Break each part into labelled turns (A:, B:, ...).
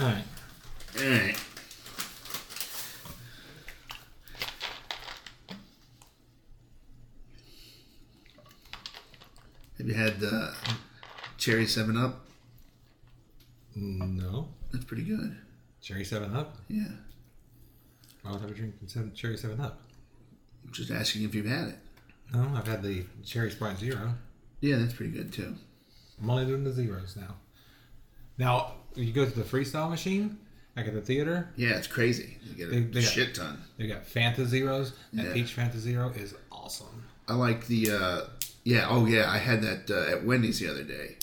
A: All right.
B: All right. Have you had uh, cherry Seven Up?
A: Mm, No.
B: That's pretty good.
A: Cherry 7 Up?
B: Yeah.
A: I would have a drink from seven, Cherry 7 Up.
B: I'm just asking if you've had it.
A: No, I've had the Cherry Sprite Zero.
B: Yeah, that's pretty good too.
A: I'm only doing the zeros now. Now, you go to the freestyle machine, like at the theater,
B: Yeah, it's crazy. You get a
A: They- they got-
B: shit ton.
A: they got Fanta Zeros. That
B: Yeah.
A: peach Fanta Zero is awesome.
B: I like the. Uh, yeah. Oh yeah. I had that uh, at Wendy's the other day.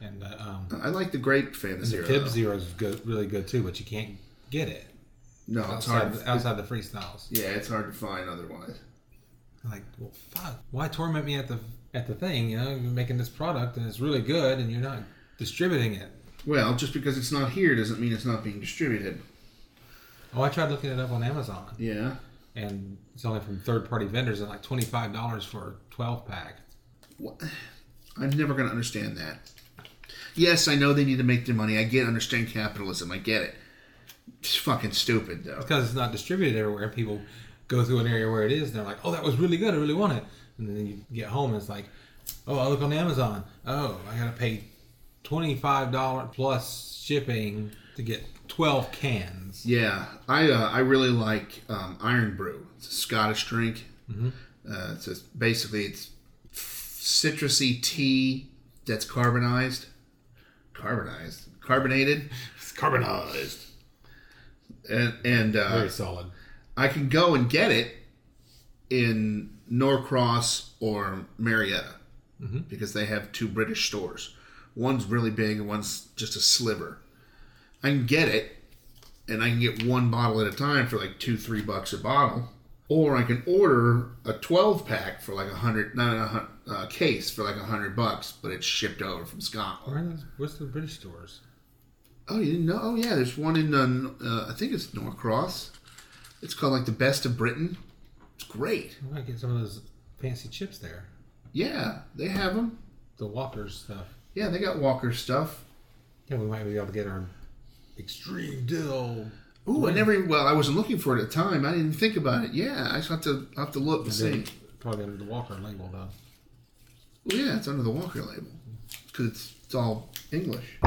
A: And the, um,
B: I like the grape Fanta
A: the
B: Zero.
A: Fib
B: though.
A: Zero is good, really good too, but you can't get it
B: No, it's
A: outside,
B: hard.
A: outside the freestyles.
B: Yeah, it's hard to find otherwise.
A: I'm like, well, fuck. Why torment me at the at the thing? You know, you're making this product and it's really good, and you're not distributing it.
B: Well, just because it's not here doesn't mean it's not being distributed.
A: Oh, I tried looking it up on Amazon,
B: Yeah.
A: and it's only from third party vendors at like twenty five dollars for a twelve pack.
B: What? I'm never going to understand that. Yes, I know they need to make their money. I get understand capitalism. I get it. It's fucking stupid though.
A: because it's not distributed everywhere. People go through an area where it is, and they're like, "Oh, that was really good. I really want it." And then you get home, and it's like, "Oh, I look on Amazon. Oh, I gotta pay twenty five dollar plus shipping to get twelve cans."
B: Yeah, I uh, I really like um, Iron Brew. It's a Scottish drink. Uh, it's just- basically it's citrusy tea that's carbonized, carbonized, carbonated,
A: It's carbonized.
B: and and uh,
A: Very solid.
B: I can go and get it in Norcross or Marietta because they have two British stores. One's really big and one's just a sliver. I can get it and I can get one bottle at a time for like two, three bucks a bottle. Or I can order a 12 pack for like a hundred, not a hun- uh, case for like a hundred bucks, but it's shipped over from Scotland.
A: Where are those, what's the British stores?
B: Oh, you didn't know? Oh, yeah. There's one in, uh, uh, I think it's Norcross. It's called like the Best of Britain. It's great.
A: I might get some of those fancy chips there.
B: Yeah, they have them.
A: The Walker's stuff.
B: Yeah, they got Walker stuff.
A: Yeah, we might be able to get our extreme dill.
B: Ooh, I never. Well, I wasn't looking for it at the time. I didn't even think about it. Yeah, I just have to I'll have to look and see.
A: Probably under the Walker label though.
B: Well, yeah, it's under the Walker label because it's, it's all English.